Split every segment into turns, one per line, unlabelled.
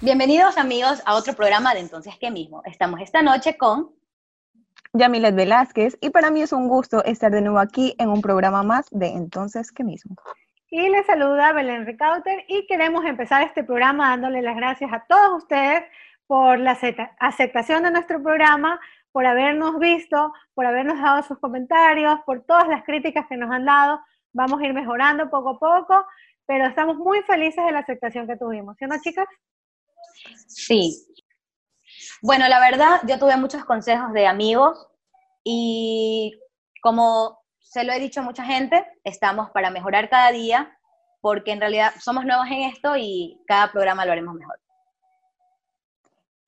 Bienvenidos amigos a otro programa de Entonces qué mismo. Estamos esta noche con
Yamilet Velázquez y para mí es un gusto estar de nuevo aquí en un programa más de Entonces qué mismo.
Y les saluda Belén Recauter y queremos empezar este programa dándole las gracias a todos ustedes por la aceptación de nuestro programa, por habernos visto, por habernos dado sus comentarios, por todas las críticas que nos han dado. Vamos a ir mejorando poco a poco, pero estamos muy felices de la aceptación que tuvimos. ¿Sí no, chicas?
Sí. Bueno, la verdad, yo tuve muchos consejos de amigos y como se lo he dicho a mucha gente, estamos para mejorar cada día porque en realidad somos nuevos en esto y cada programa lo haremos mejor.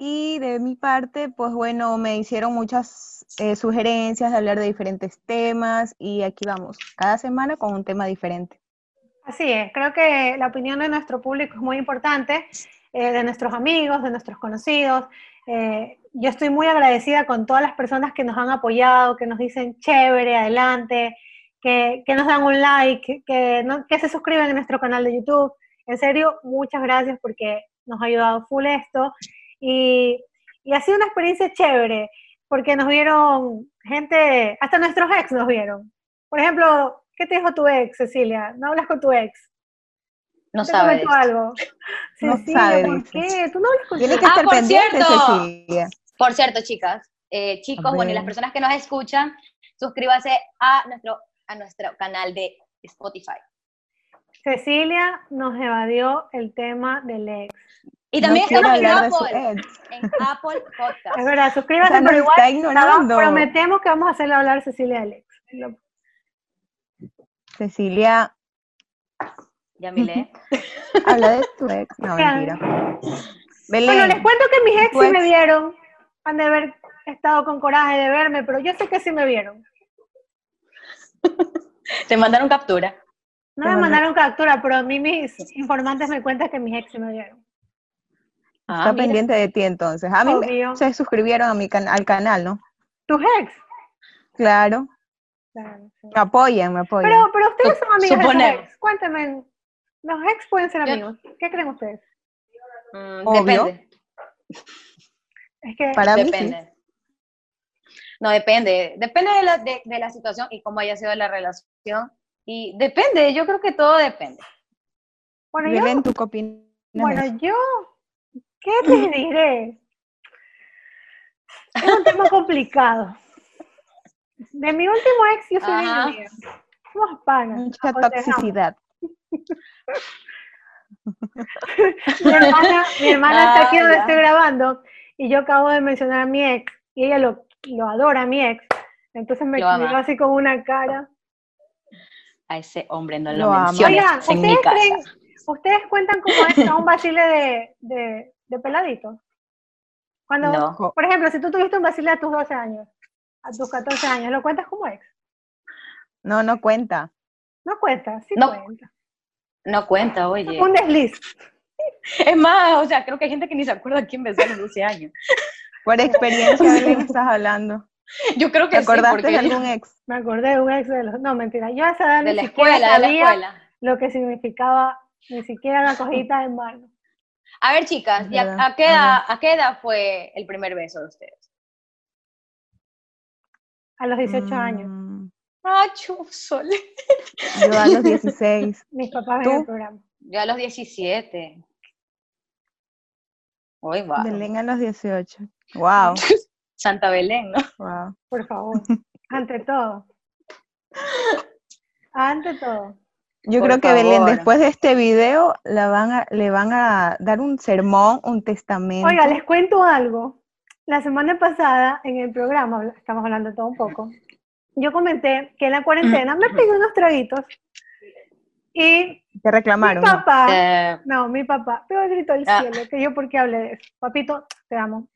Y de mi parte, pues bueno, me hicieron muchas eh, sugerencias de hablar de diferentes temas y aquí vamos, cada semana con un tema diferente.
Así es, creo que la opinión de nuestro público es muy importante, eh, de nuestros amigos, de nuestros conocidos. Eh, yo estoy muy agradecida con todas las personas que nos han apoyado, que nos dicen chévere, adelante, que, que nos dan un like, que, no, que se suscriben a nuestro canal de YouTube. En serio, muchas gracias porque nos ha ayudado full esto. Y, y, ha sido una experiencia chévere, porque nos vieron gente, hasta nuestros ex nos vieron. Por ejemplo, ¿qué te dijo tu ex, Cecilia? ¿No hablas con tu ex?
No sabes.
algo?
no Cecilia, sabes.
¿por qué? ¿Tú no hablas con
Tienes que estar
Ah, por
pendiente,
cierto.
Cecilia.
Por cierto, chicas, eh,
A
chicos,
ver.
bueno, y las personas que nos escuchan, suscríbase a nuestro, a nuestro canal de Spotify.
Cecilia nos evadió el tema del ex.
Y también
no quiero
estamos en
hablar de su
Apple,
ex.
en Apple Podcast.
Es verdad,
O
suscríbanse,
sea, nos
pero igual
está
estamos-
ignorando.
prometemos que vamos a hacerle hablar a Cecilia del ex. Lo-
Cecilia,
Ya miré.
habla de tu ex. No, mentira. Belén,
Bueno, les cuento que mis ex
Pues-
sí me vieron. Han de haber estado con coraje de verme, pero yo sé que sí me vieron.
Te mandaron captura.
No
Te
me
mandé-
mandaron captura, pero a mí mis informantes me cuentan que mis ex sí me vieron.
está
Ah, mira.
pendiente de ti entonces. A mí me-
Obvio.
se suscribieron a mi can- al canal, ¿no?
¿Tus ex?
Claro.
Claro, sí.
Me apoyan, me apoyan.
Pero, pero ustedes son amigos de
suponemos.
sus ex. Cuéntame, los ex pueden ser
Yo-
amigos. ¿Qué creen ustedes?
Mm,
Obvio.
Depende.
Es que
Para mí sí.
depende. No, depende. Depende de la, de, de la situación y cómo haya sido la relación. Y depende, yo creo que todo depende.
bueno, yo,
Belén, ¿tú qué opinas?
bueno, yo, ¿qué les diré? Es un tema complicado. De mi último ex, yo soy bien
Ajá.
amiga. Somos panas.
Mucha
nos aconsejamos.
toxicidad.
mi hermana, mi hermana está aquí donde
Ah, ya.
estoy grabando y yo acabo de mencionar a mi ex y ella lo, lo adora a mi ex. Entonces me
Lo ama.
miró así con una cara.
A ese hombre no
Lo
lo,
amo.
menciones
Oigan,
en mi
¿ustedes
casa.
creen, ustedes cuentan como es a un vacile de, de, de peladitos? Cuando,
No.
por ejemplo, si tú tuviste un vacile a tus 12 años, a tus 14 años, ¿lo cuentas como ex?
No, no cuenta.
No cuentas, sí
No.
cuenta.
No cuenta, oye.
Un desliz.
Es más, o sea, creo que hay gente que ni se acuerda quién besó a los 12 años.
Por experiencia, Belén, estás hablando.
Yo creo
¿Te
que sí,
acordaste
porque
de algún ex?
Me acordé de un ex de los... No, mentira. Yo a esa edad
de
ni
la
siquiera
escuela, de la
sabía
escuela.
lo que significaba ni siquiera la cojita de mano.
A ver, chicas, ¿y a, a qué edad, ¿a qué edad fue el primer beso de ustedes?
A los 18 años.
Mm,
Ah, chusole.
Yo a los 16.
Mis papás
¿Tú?
ven el programa.
Yo a los 17. Uy, wow.
Belén a los 18. Wow,
Santa Belén, ¿no?
wow.
Por favor. Ante todo. Ante todo.
Yo
Por
creo que Belén,
favor.
después de este video, la van a- le van a dar un sermón, un testamento.
Oiga, les cuento algo. La semana pasada en el programa, habla- estamos hablando de todo un poco, yo comenté que en la cuarentena me pedí unos traguitos y
Te
mi
reclamaron. ¿no?
papá,
Eh,
no, mi papá, pero grito al
Ah.
cielo, que yo por qué hablé de eso. Papito, te amo.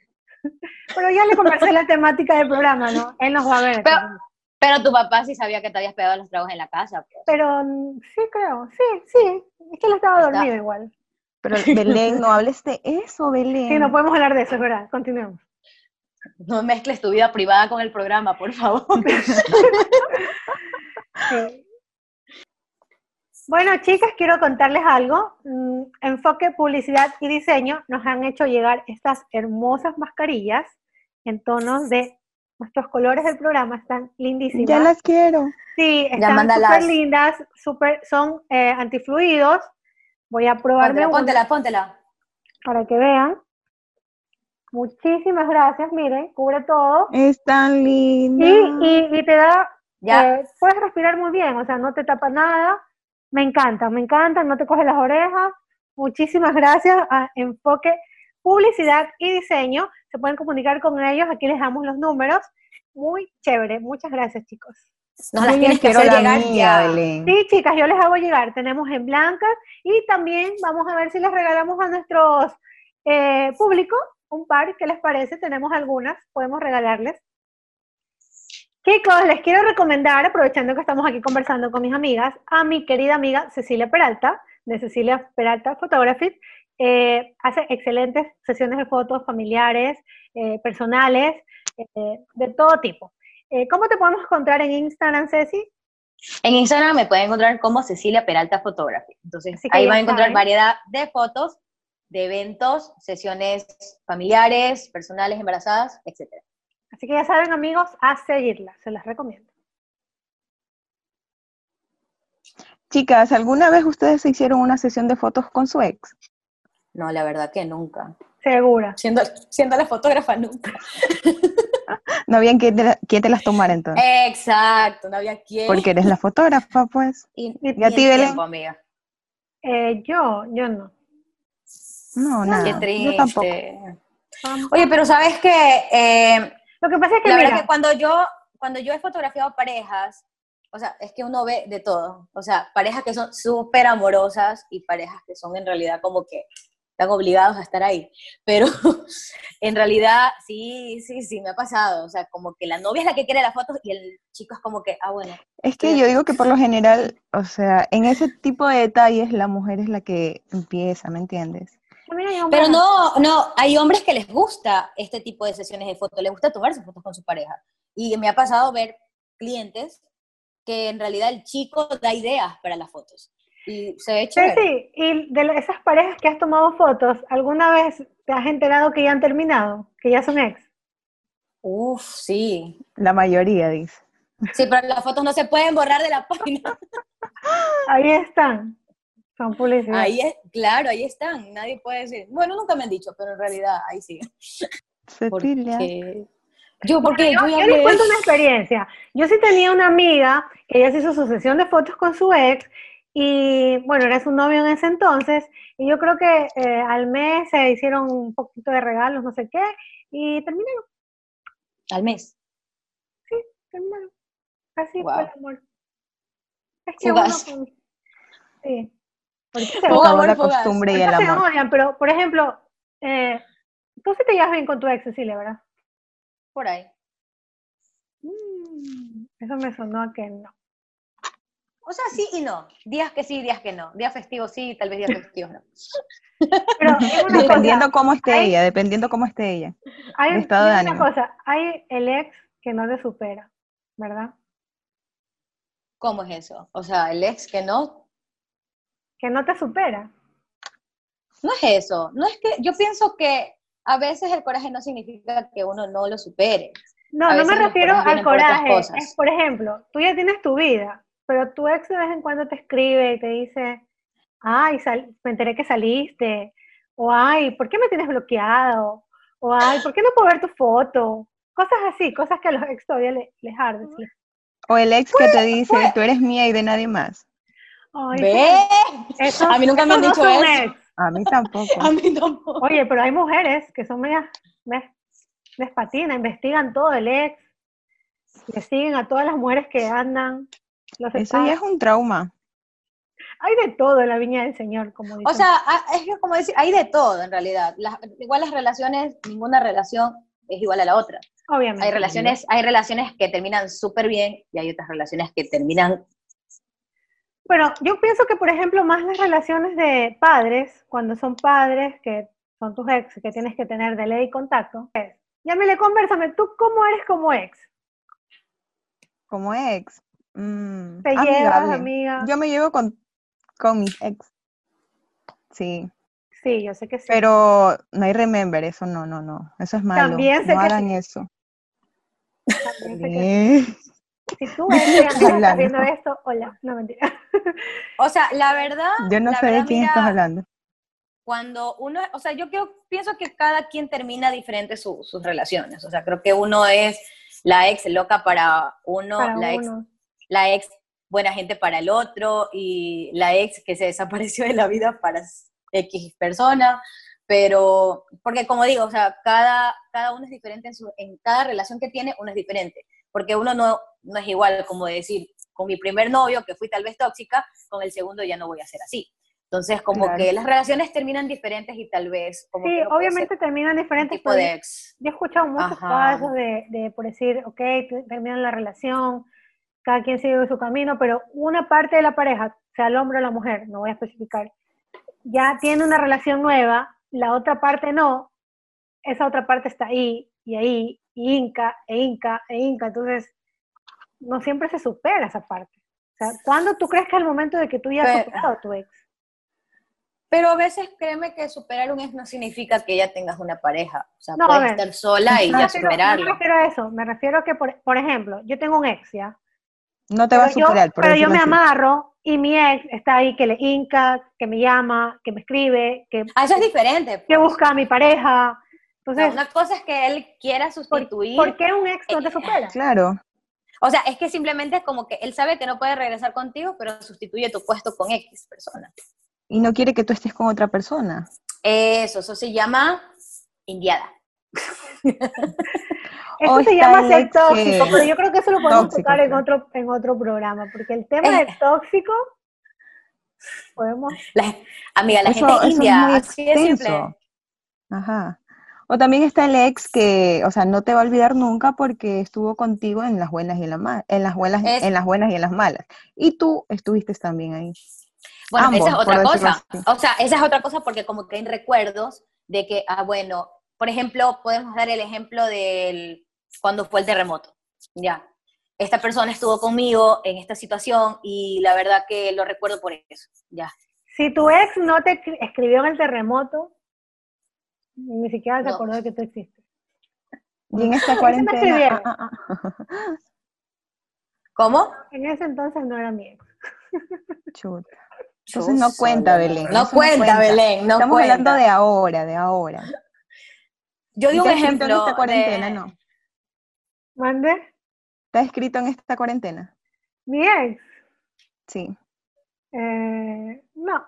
Pero ya le conversé la temática del programa, ¿no? Él nos va a ver.
Pero-
entonces.
pero tu papá sí sabía que te habías pegado los tragos en la casa. pues.
Pero mm, sí creo, sí, sí. Es que él estaba
Está-
dormido igual.
Pero Belén, no hables de eso, Belén.
Sí, no podemos hablar de eso, es verdad. Continuemos.
No mezcles tu vida privada con el programa, por favor.
Sí. Bueno, chicas, quiero contarles algo. Mm, Enfoque Publicidad y Diseño nos han hecho llegar estas hermosas mascarillas en tonos de nuestros colores del programa. Están lindísimas.
Ya las quiero.
Sí, están súper lindas, super, son eh, antifluidos. Voy a probarme
Póntela,
una
póntela, póntela.
para que vean. Muchísimas gracias, miren, cubre todo.
Es tan
Sí,
linda.
y, y te da,
Ya.
eh, puedes respirar muy bien, o sea, no te tapa nada. Me encanta, me encanta, no te coge las orejas. Muchísimas gracias a Enfoque Publicidad y Diseño. Se pueden comunicar con ellos, aquí les damos los números. Muy chévere, muchas gracias, chicos.
Nos
Yo
las
ya
tienes que
quiero
hacer
la
llegar
mía,
ya.
Belén.
Sí, chicas, yo les hago llegar. Tenemos en blancas y también vamos a ver si les regalamos a nuestros eh, público un par. ¿Qué les parece? Tenemos algunas, podemos regalarles. Chicos, les quiero recomendar, aprovechando que estamos aquí conversando con mis amigas, a mi querida amiga Cecilia Peralta, de Cecilia Peralta Photography. Eh, hace excelentes sesiones de fotos familiares, eh, personales, eh, de todo tipo. Eh, ¿Cómo te podemos encontrar en Instagram, Ceci?
En Instagram me pueden encontrar como Cecilia Peralta Photography. Entonces,
Así que
ahí
ya
van a encontrar
saben.
variedad de fotos, de eventos, sesiones familiares, personales, embarazadas, etc.
Así que ya saben, amigos, a seguirla, se las recomiendo.
Chicas, ¿alguna vez ustedes se hicieron una sesión de fotos con su ex?
No, la verdad que nunca.
Segura.
Siendo, siendo la fotógrafa nunca.
No habían quien te, la- quién te las tomara entonces.
Exacto, no había
Eh.
quién.
Porque eres la fotógrafa, pues.
Y,
¿Y a
ni
ti,
el
Belén?
tiempo, amiga.
Eh, yo, yo no.
No, nada.
Qué
Yo tampoco.
triste.
Oye, pero sabes que eh,
Lo que pasa es que,
la verdad
mira,
que cuando yo, cuando yo he fotografiado parejas, o sea, es que uno ve de todo. O sea, parejas que son súper amorosas y parejas que son en realidad como que están obligados a estar ahí. Pero en realidad sí, sí, sí, me ha pasado. O sea, como que la novia es la que quiere las fotos y el chico es como que, ah, bueno.
Es que yo digo que por lo general, o sea, en ese tipo de detalles la mujer es la que empieza, ¿me entiendes?
mira, yo,
Pero
bueno,
no, no, hay hombres que les gusta este tipo de sesiones de fotos, les gusta tomarse fotos con su pareja. Y me ha pasado ver clientes que en realidad el chico da ideas para las fotos. Y se ve chévere.
Ceci, y de la- esas parejas que has tomado fotos, ¿alguna vez te has enterado que ya han terminado? Que ya son ex.
Uf, sí.
La mayoría dice.
Sí, pero las fotos no se pueden borrar de la página.
Ahí están. Son publicidad.
Ahí es, claro, ahí están. Nadie puede decir. Bueno, nunca me han dicho, pero en realidad ahí sí.
Cecilia.
Porque... Yo, porque yo,
Yo,
ya me-
yo les cuento una experiencia. Yo sí tenía una amiga que ella se hizo su sesión de fotos con su ex y bueno, era su novio en ese entonces y yo creo que eh, al mes se hicieron un poquito de regalos, no sé qué, y terminaron,
al mes.
terminaron. Así
Guau.
fue el amor. Es que
Fugaz.
uno... con- Sí. Porque se
Fugaz,
Acabó la
amor fugaz.
costumbre y el
ahorita se
amor.
odian, pero por ejemplo, eh, tú sí te llevas bien con tu ex, Cecilia, ¿verdad?
Por ahí.
Mm, Eso me sonó a que no.
O sea, sí y no. Días que sí, días que no. Días festivos sí, tal vez días festivos no.
Pero es una cosa-
Dependiendo cómo esté
Ay.
ella, dependiendo cómo esté ella.
Hay
de estado de
hay una
ánimo.
cosa, hay el ex que no te supera, ¿verdad?
¿Cómo es eso? O sea, el ex que no,
Que no te supera.
no es eso. No es que, yo pienso que a veces el coraje no significa que uno no lo supere.
No,
A
no me
veces los
refiero
corajes
al
vienen por otras
coraje.
cosas.
Es, por ejemplo, tú ya tienes tu vida, pero tu ex de vez en cuando te escribe y te dice, ay, sal- me enteré que saliste, o ay, ¿por qué me tienes bloqueado? O ay, ¿por qué no puedo ver tu foto? Cosas así, cosas que a los ex todavía le- les arden. sí.
O el ex que te dice, tú eres mía y de nadie más.
Ay,
¿Ves?
esos-
A mí nunca me han
esos
dicho
no son
eso.
ex.
A mí tampoco.
A mí tampoco.
Oye, pero hay mujeres que son medias, medias- les patina, investigan todo el ex, le siguen a todas las mujeres que andan. Los
Eso ya es
separan.
un trauma.
Hay de todo en la viña del Señor, como dicen.
O sea, a- es que como decir, hay de todo en realidad. Las, igual las relaciones, ninguna relación es igual a la otra.
obviamente.
Hay relaciones, hay relaciones que terminan súper bien y hay otras relaciones que terminan
Pero yo pienso que, por ejemplo, más las relaciones de padres, cuando son padres que son tus ex, que tienes que tener de ley contacto, es, llámele, conversame, ¿tú cómo eres como ex?
Como Mm, ex. mm,
¿Te llevas,
amigable.
amiga?
Yo me llevo con con mis ex. Sí,
Sí, yo sé que sí.
pero no hay remember, eso no, no, no. Eso es malo.
También sé
no
que
hagan
sí.
eso.
También sé que-
Sí.
si tú ves que Andrea está
Hablando.
viendo esto, hola, no mentira.
O sea, la verdad,
Yo no
la
sé de
verdad,
quién
mira,
estás hablando.
cuando uno, o sea, yo creo, pienso que cada quien termina diferente su- sus relaciones. O sea, creo que uno es la ex loca para uno,
para
la ex,
uno.
la ex buena gente para el otro y la ex que se desapareció de la vida para s- X persona. Pero, porque como digo, o sea, cada, cada uno es diferente en, su, en cada relación que tiene, uno es diferente. Porque uno no, no es igual, como decir, con mi primer novio, que fui tal vez tóxica, con el segundo ya no voy a ser así. Entonces, como
Claro.
que las relaciones terminan diferentes y tal vez, como
Sí,
que no puede ser
obviamente terminan
un
diferentes,
tipo
pero
de ex.
yo he escuchado muchos
Ajá.
casos de, de por decir, ok, te- terminan la relación, cada quien sigue su camino, pero una parte de la pareja, sea el hombre o la mujer, no voy a especificar, ya tiene una relación nueva, la otra parte no, esa otra parte está ahí y ahí, y inca, e inca, e inca, entonces no siempre se supera esa parte. O sea, ¿cuándo tú crees que es el momento de que tú ya has
Pero-
superado a tu ex?
Pero a veces créeme que superar un ex no significa que ya tengas una pareja. O sea,
No, a
puedes
ver.
estar sola y
No,
ya
pero No me
superarlo.
refiero a eso, me refiero a que, por, por ejemplo, yo tengo un ex, ¿ya?
No te va a
Pero yo-
superar, por
pero yo me
decirlo así.
amarro y mi ex está ahí que le hinca, que me llama, que me escribe, que,
Ah, eso es diferente.
que busca a mi pareja.
O sea,
Entonces,
una cosa es que él quiera
¿por,
sustituir.
por qué un ex no te
Eh,
supera?
Claro,
O sea, es que simplemente es como que él sabe que no puede regresar contigo, pero sustituye tu puesto con X persona.
y no quiere que tú estés con otra persona.
Eso, eso se llama indiada.
Eso
O
se
está
llama
el
ser
ex
tóxico,
que-
pero yo creo que eso lo podemos
Tóxico, Eh.
tocar en
claro.
otro, en otro programa, porque el tema del tóxico podemos...
La- amiga, la
Eso-
gente es
eso es
india,
muy
así de simple.
extenso. Ajá. O también está el ex que, o sea, no te va a olvidar nunca porque estuvo contigo en las buenas y en las malas, en las buenas,
Es-
en las buenas y en las malas. Y tú estuviste también ahí.
Bueno,
Ambos,
esa es otra
por decirlo
cosa.
así.
O sea, esa es otra cosa porque como que hay recuerdos de que, ah, bueno, por ejemplo, podemos dar el ejemplo del cuando fue el terremoto. Ya. Esta persona estuvo conmigo en esta situación y la verdad que lo recuerdo por eso. Ya.
Si tu ex no te escri- escribió en el terremoto, ni siquiera se
No.
acordó de que tú existes.
Y en esta
¿Por qué me
cuarentena,
escribieron?
ah, ah, ah,
¿Cómo?
En ese entonces no era mi ex.
chuta. Entonces no cuenta, Belén.
No
eso
cuenta, Belén, no
Estamos
cuenta.
hablando de ahora, de ahora.
Yo di un
¿Está escrito
ejemplo.
en esta cuarentena,
de-
no.
¿Mande?
¿Está escrito en esta cuarentena?
Mi ex.
Sí.
Eh, no,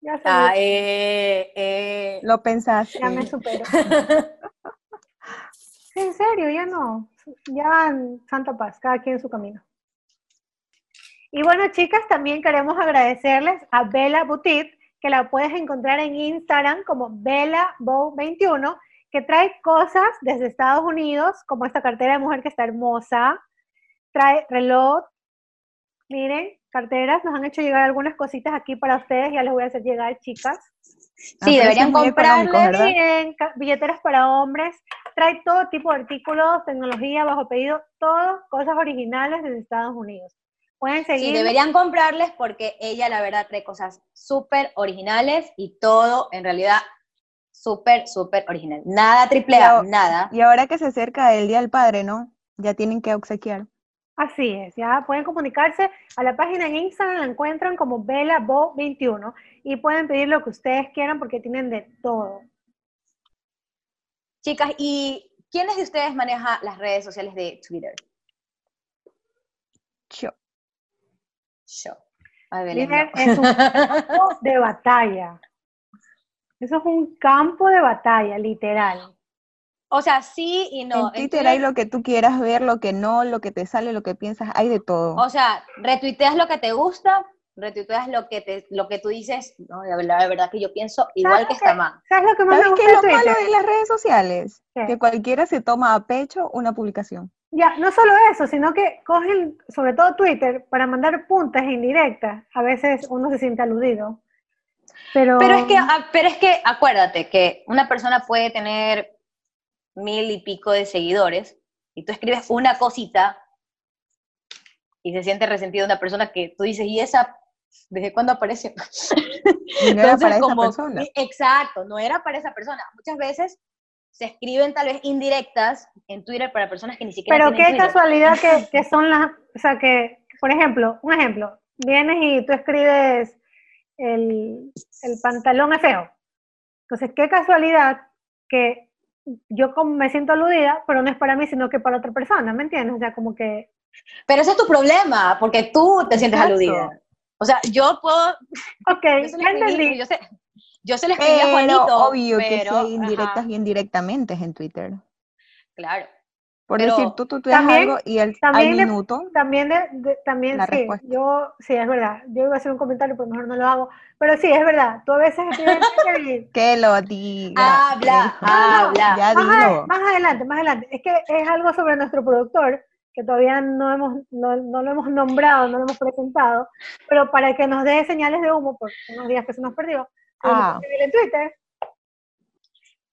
ya se
Ah,
me-
eh, eh,
Lo pensaste.
ya me superó. en serio, ya no. Ya en Santa Paz, cada quien en su camino. Y bueno, chicas, también queremos agradecerles a Bella Boutique, que la puedes encontrar en Instagram como BellaBow21, que trae cosas desde Estados Unidos, como esta cartera de mujer que está hermosa, trae reloj, miren, carteras, nos han hecho llegar algunas cositas aquí para ustedes, ya les voy a hacer llegar,
A
chicas.
sí,
precios
deberían
muy económicos,
comprarle.
¿verdad?
Miren, ca- billeteras para hombres, trae todo tipo de artículos, tecnología bajo pedido, todo cosas originales desde Estados Unidos. Pueden seguir.
Sí, deberían comprarles porque ella, la verdad, trae cosas súper originales y todo, en realidad, súper, súper original. Nada triple A,
Claro.
nada.
Y ahora que se acerca el Día del Padre, ¿no? Ya tienen que obsequiar.
Así es, ya pueden comunicarse a la página en Instagram, la encuentran como VelaBo21 y pueden pedir lo que ustedes quieran porque tienen de todo.
Chicas, ¿y quiénes de ustedes maneja las redes sociales de Twitter?
Yo.
Yo. Ay, Belén, no.
Twitter es un campo de batalla. Eso es un campo de batalla, literal.
O sea, sí y no.
en Twitter hay lo que tú quieras ver, lo que no, lo que te sale, lo que piensas, hay de todo.
O sea, retuiteas lo que te gusta, retuiteas lo que te, lo que tú dices, no, la verdad, la verdad que yo pienso igual
Claro
que
que-
esta man.
¿Sabes lo que más me
¿Sabes
gusta
qué
de
es lo
Twitter?
malo de las redes sociales?
¿Qué?
Que cualquiera se toma a pecho una publicación.
Ya, no solo eso, sino que cogen, sobre todo Twitter, para mandar puntas indirectas. A veces uno se siente aludido. Pero,
Pero es que, ah, pero es que acuérdate que una persona puede tener mil y pico de seguidores y tú escribes una cosita y se siente resentido una persona que tú dices, ¿y esa ¿Desde cuándo apareció?
Y no era
Entonces,
para esa
como-
persona.
Exacto, no era para esa persona. Muchas veces se escriben tal vez indirectas en Twitter para personas que ni siquiera
Pero
tienen
qué
Twitter.
casualidad que, que son las, o sea que, por ejemplo, un ejemplo, vienes y tú escribes el, el pantalón es feo. Entonces, qué casualidad que yo como me siento aludida, pero no es para mí, sino que para otra persona, ¿me entiendes? O sea, como que,
Pero ese es tu problema, porque tú te sientes
Exacto.
aludida. O sea, yo puedo,
ok,
yo se lo escribí,
entendí.
yo sé, yo se lo escribí a
Pero
Juanito,
obvio que sí
pero,
hay indirectas
ajá,
y indirectamente en Twitter.
claro.
Por
Pero
decir, tú tuiteas
también-
algo y al, al
también le-
minuto,
También, de- de- también
La
sí,
respuesta.
yo, sí, es verdad, yo iba a hacer un comentario, pero mejor no lo hago, pero sí, es verdad, tú a veces escribes y-
que lo diga.
Habla,
eso.
habla.
Ya
más, ade-
digo.
más adelante, más adelante. Es que es algo sobre nuestro productor que todavía no, hemos, no, no lo hemos nombrado, no lo hemos presentado, pero para que nos dé señales de humo por unos días que se nos perdió, tuvimos
Ah.
que escribirle en Twitter.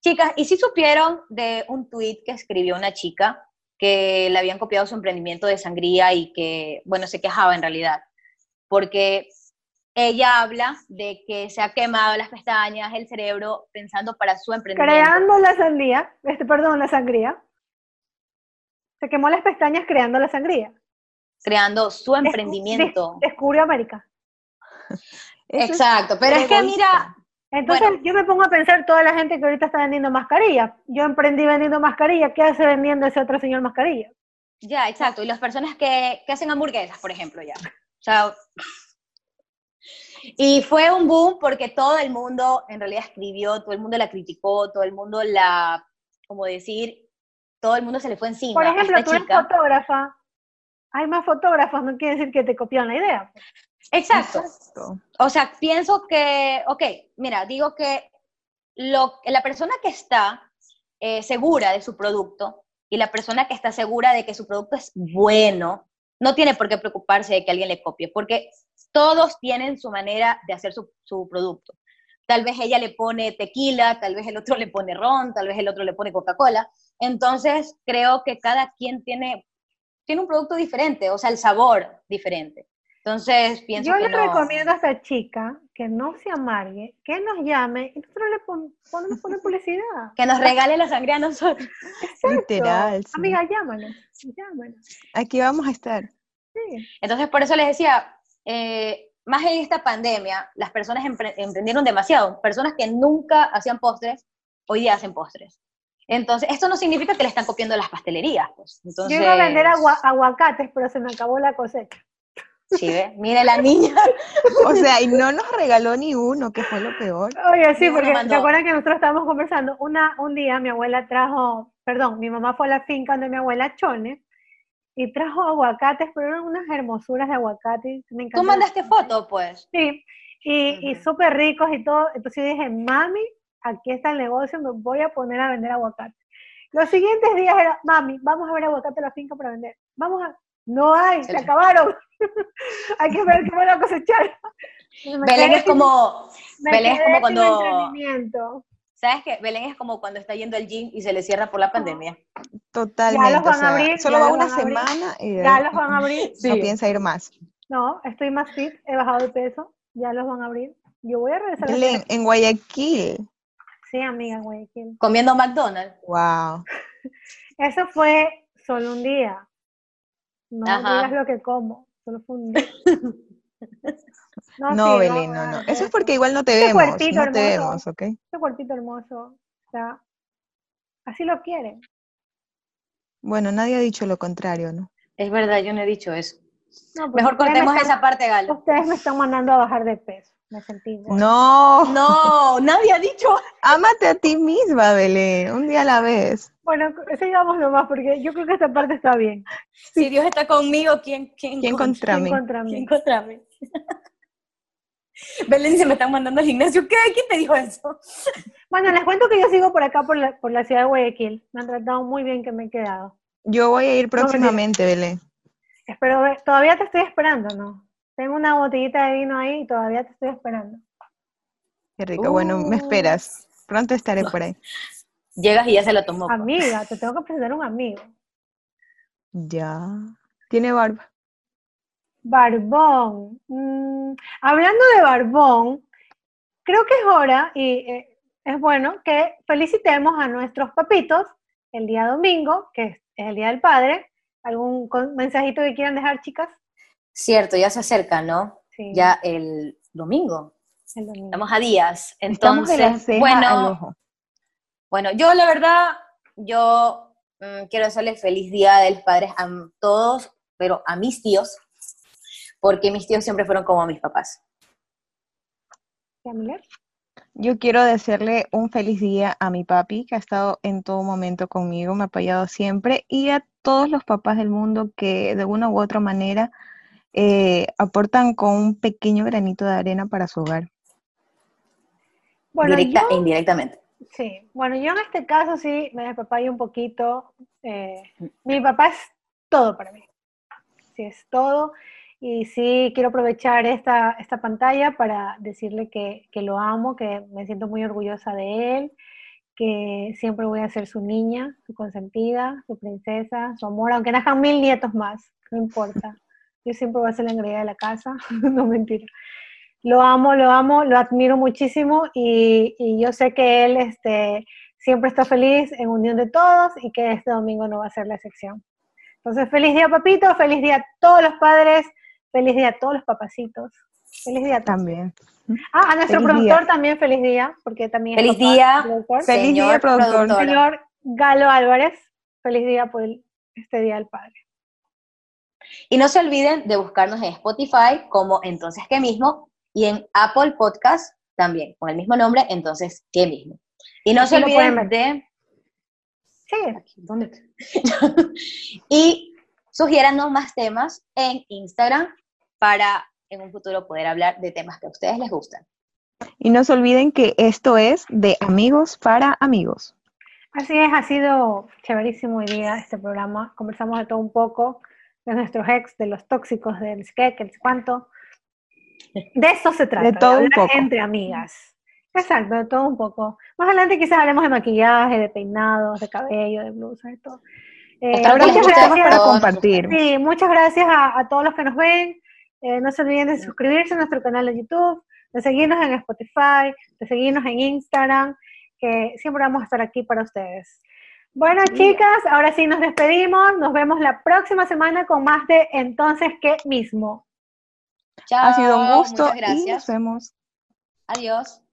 Chicas, ¿y si supieron de un tuit que escribió una chica que le habían copiado su emprendimiento de sangría y que, bueno, se quejaba en realidad? Porque ella habla de que se ha quemado las pestañas, el cerebro, pensando para su emprendimiento.
Creando la sandía, este, perdón, la sangría. Se quemó las pestañas creando la sangría.
Creando su
Descu-
emprendimiento.
des- descubrió América.
Eso es-
Exacto, pero es que
egoísta.
mira,
Entonces yo me pongo a pensar toda la gente que ahorita está vendiendo mascarillas. Yo emprendí vendiendo mascarillas, ¿qué hace vendiendo ese otro señor mascarilla?
ya, exacto, y las personas que, que hacen hamburguesas, por ejemplo, ya. O sea, y fue un boom porque todo el mundo en realidad escribió, todo el mundo la criticó, todo el mundo la, como decir, todo el mundo se le fue encima.
Por
a
ejemplo,
esta
tú eres
chica.
fotógrafa, hay más fotógrafos, no quiere decir que te copiaron la idea.
Exacto.
Exacto.
O sea, pienso que, ok, mira, digo que lo, la persona que está eh, segura de su producto y la persona que está segura de que su producto es bueno, no tiene por qué preocuparse de que alguien le copie, porque todos tienen su manera de hacer su, su producto. Tal vez ella le pone tequila, tal vez el otro le pone ron, tal vez el otro le pone Coca-Cola. Entonces, creo que cada quien tiene, tiene un producto diferente, o sea, el sabor diferente. Entonces, pienso
Yo
que
le
no.
recomiendo a esta chica que no se amargue, que nos llame y nosotros le pon- ponemos una publicidad.
Que nos regale la sangre a nosotros.
Exacto.
Literal, sí.
Amiga, llámanos, llámanos.
Aquí vamos a estar.
Sí.
Entonces, por eso les decía, eh, más en esta pandemia, las personas empre- emprendieron demasiado. Personas que nunca hacían postres, hoy día hacen postres. Entonces, esto no significa que le están copiando las pastelerías. Pues.
Yo
Entonces,
iba a vender agua- aguacates, pero se me acabó la cosecha.
Sí, ¿ve? Mire la niña.
O sea, y no nos regaló ni uno, que fue lo peor.
Oye, sí,
Ninguno
porque ¿te
mandó.
acuerdas que nosotros estábamos conversando? Una, un día mi abuela trajo, perdón, mi mamá fue a la finca donde mi abuela Chone y trajo aguacates, pero eran unas hermosuras de aguacate.
Tú
Me encantó.
mandaste foto, pues.
Sí, y, y
Ujú.
súper ricos y todo. Entonces yo dije, mami, aquí está el negocio, me voy a poner a vender aguacate. Los siguientes días era, mami, vamos a ver aguacate a la finca para vender. Vamos a... No hay, se
Chale.
acabaron. hay que ver qué van a cosechar. Me
Belén
quedé
es
sin-
como,
me
Belén es
quedé
como
sin
cuando-
emprendimiento.
¿sabes qué? Belén es como cuando está yendo al gym y se le cierra por la pandemia.
Totalmente.
los van
o
a
sea,
abrir,
solo
ya
va
los
una
van a abrir.
semana y de
Ya
ahí
los van a abrir.
no
Sí.
piensa ir más.
No, estoy más fit, he bajado de peso, ya los van a abrir. Yo voy a regresar. a la
Belén, en Guayaquil.
Sí, amiga, güey. ¿quién?
Comiendo McDonald's.
Wow.
Eso fue solo un día. No
Ajá.
digas lo que como, solo fue un día.
No,
sí,
Belén,
vamos
no,
a
no.
hacer
Eso es porque igual no te
Ese
vemos.
cuerpito
No te
hermoso.
vemos, ¿ok?
Ese cuerpito hermoso, o sea, así lo quieren.
Bueno, nadie ha dicho lo contrario, ¿no?
Es verdad, yo no he dicho eso.
No, pues
Mejor
ustedes me
cortemos
están-
esa parte, Galo.
Ustedes me están mandando a bajar de peso, me sentí gorda.
No.
No, nadie ha dicho
Ámate a ti misma, Belén. Un día a la vez.
Bueno, sigamos nomás porque yo creo que esta parte está bien.
Si Dios está conmigo, ¿quién, quién,
¿Quién
con-
contra mí?
¿Quién contra mí?
quién contra mí? Belén dice, me están mandando al gimnasio. ¿Qué? ¿Quién te dijo eso?
Bueno, les cuento que yo sigo por acá, por la, por la ciudad de Guayaquil. Me han tratado muy bien que me he quedado.
Yo voy a ir
mentira.
próximamente, Belén.
Espero, ver- todavía te estoy esperando, ¿no? Tengo una botellita de vino ahí y todavía te estoy esperando.
Qué rico. Bueno, me
Uh.
esperas. Pronto estaré por ahí.
Uh. Llegas y ya se lo tomó. pues.
Amiga, te tengo que presentar un amigo.
Ya. Tiene barba.
Barbón. Mm, Mm, hablando de Barbón, creo que es hora y eh, es bueno que felicitemos a nuestros papitos el día domingo, que es el Día del Padre. ¿Algún con- mensajito que quieran dejar, chicas?
Cierto, ya se acerca, ¿no?
Sí,
Ya el domingo.
el domingo.
Estamos a días.
Estamos de las
Entonces,
cejas al
bueno,
ojo.
bueno, yo la verdad, yo mm, quiero desearle feliz día de los padres a m- todos, pero a mis tíos, porque mis tíos siempre fueron como mis papás.
¿Ya, Miller?
Yo quiero desearle un feliz día a mi papi, que ha estado en todo momento conmigo, me ha apoyado siempre, y a todos los papás del mundo que de una u otra manera eh, aportan con un pequeño granito de arena para su hogar.
Bueno,
directa
yo-
e indirectamente.
Sí, bueno, yo en este caso sí me despapayé un poquito. eh, mi papá es todo para mí. Sí, es todo. Y sí, quiero aprovechar esta, esta pantalla para decirle que, que lo amo, que me siento muy orgullosa de él, que siempre voy a ser su niña, su consentida, su princesa, su amor, aunque nazcan mil nietos más, no importa. Yo siempre voy a ser la engreída de la casa, no mentira. Lo amo, lo amo, lo admiro muchísimo y, y yo sé que él este, siempre está feliz en unión de todos y que este domingo no va a ser la excepción. Entonces, feliz día, papito, feliz día a todos los padres, feliz día a todos los papacitos, feliz día a todos.
También.
Ah, a nuestro
Feliz día.
productor también feliz día, porque también
Feliz
papá,
día.
productor.
Feliz día,
Señor
productor.
productora.
Señor Galo Álvarez, feliz día por el- este Día del Padre.
Y no se olviden de buscarnos en Spotify como Entonces qué mismo y en Apple Podcast también con el mismo nombre, Entonces qué mismo. Y no
Aquí
se
lo pueden
olviden de
Sí,
¿Dónde? y sugiéranos más temas en Instagram para en un futuro poder hablar de temas que a ustedes les gustan.
Y no se olviden que esto es de amigos para amigos.
así es, ha sido chéverísimo hoy día este programa. Conversamos de todo un poco, de nuestros ex, de los tóxicos, del qué, que el cuánto. De eso se trata,
todo un
hablar
poco.
entre amigas. Exacto, de todo un poco. Más adelante quizás hablemos de maquillaje, de peinados, de cabello, de blusas, de todo. Eh,
Espero que les
muchas
guste
Muchos temas
gracias.
para
Todos sus
compartir.
Sí, muchas gracias a, a todos los que nos ven. Eh, no se olviden de suscribirse a nuestro canal de YouTube, de seguirnos en Spotify, de seguirnos en Instagram, que siempre vamos a estar aquí para ustedes. Bueno, chicas, ahora sí nos despedimos. Nos vemos la próxima semana con más de Entonces qué mismo.
Chao.
Ha sido un gusto
Muchas
y nos
gracias.
vemos.
Adiós.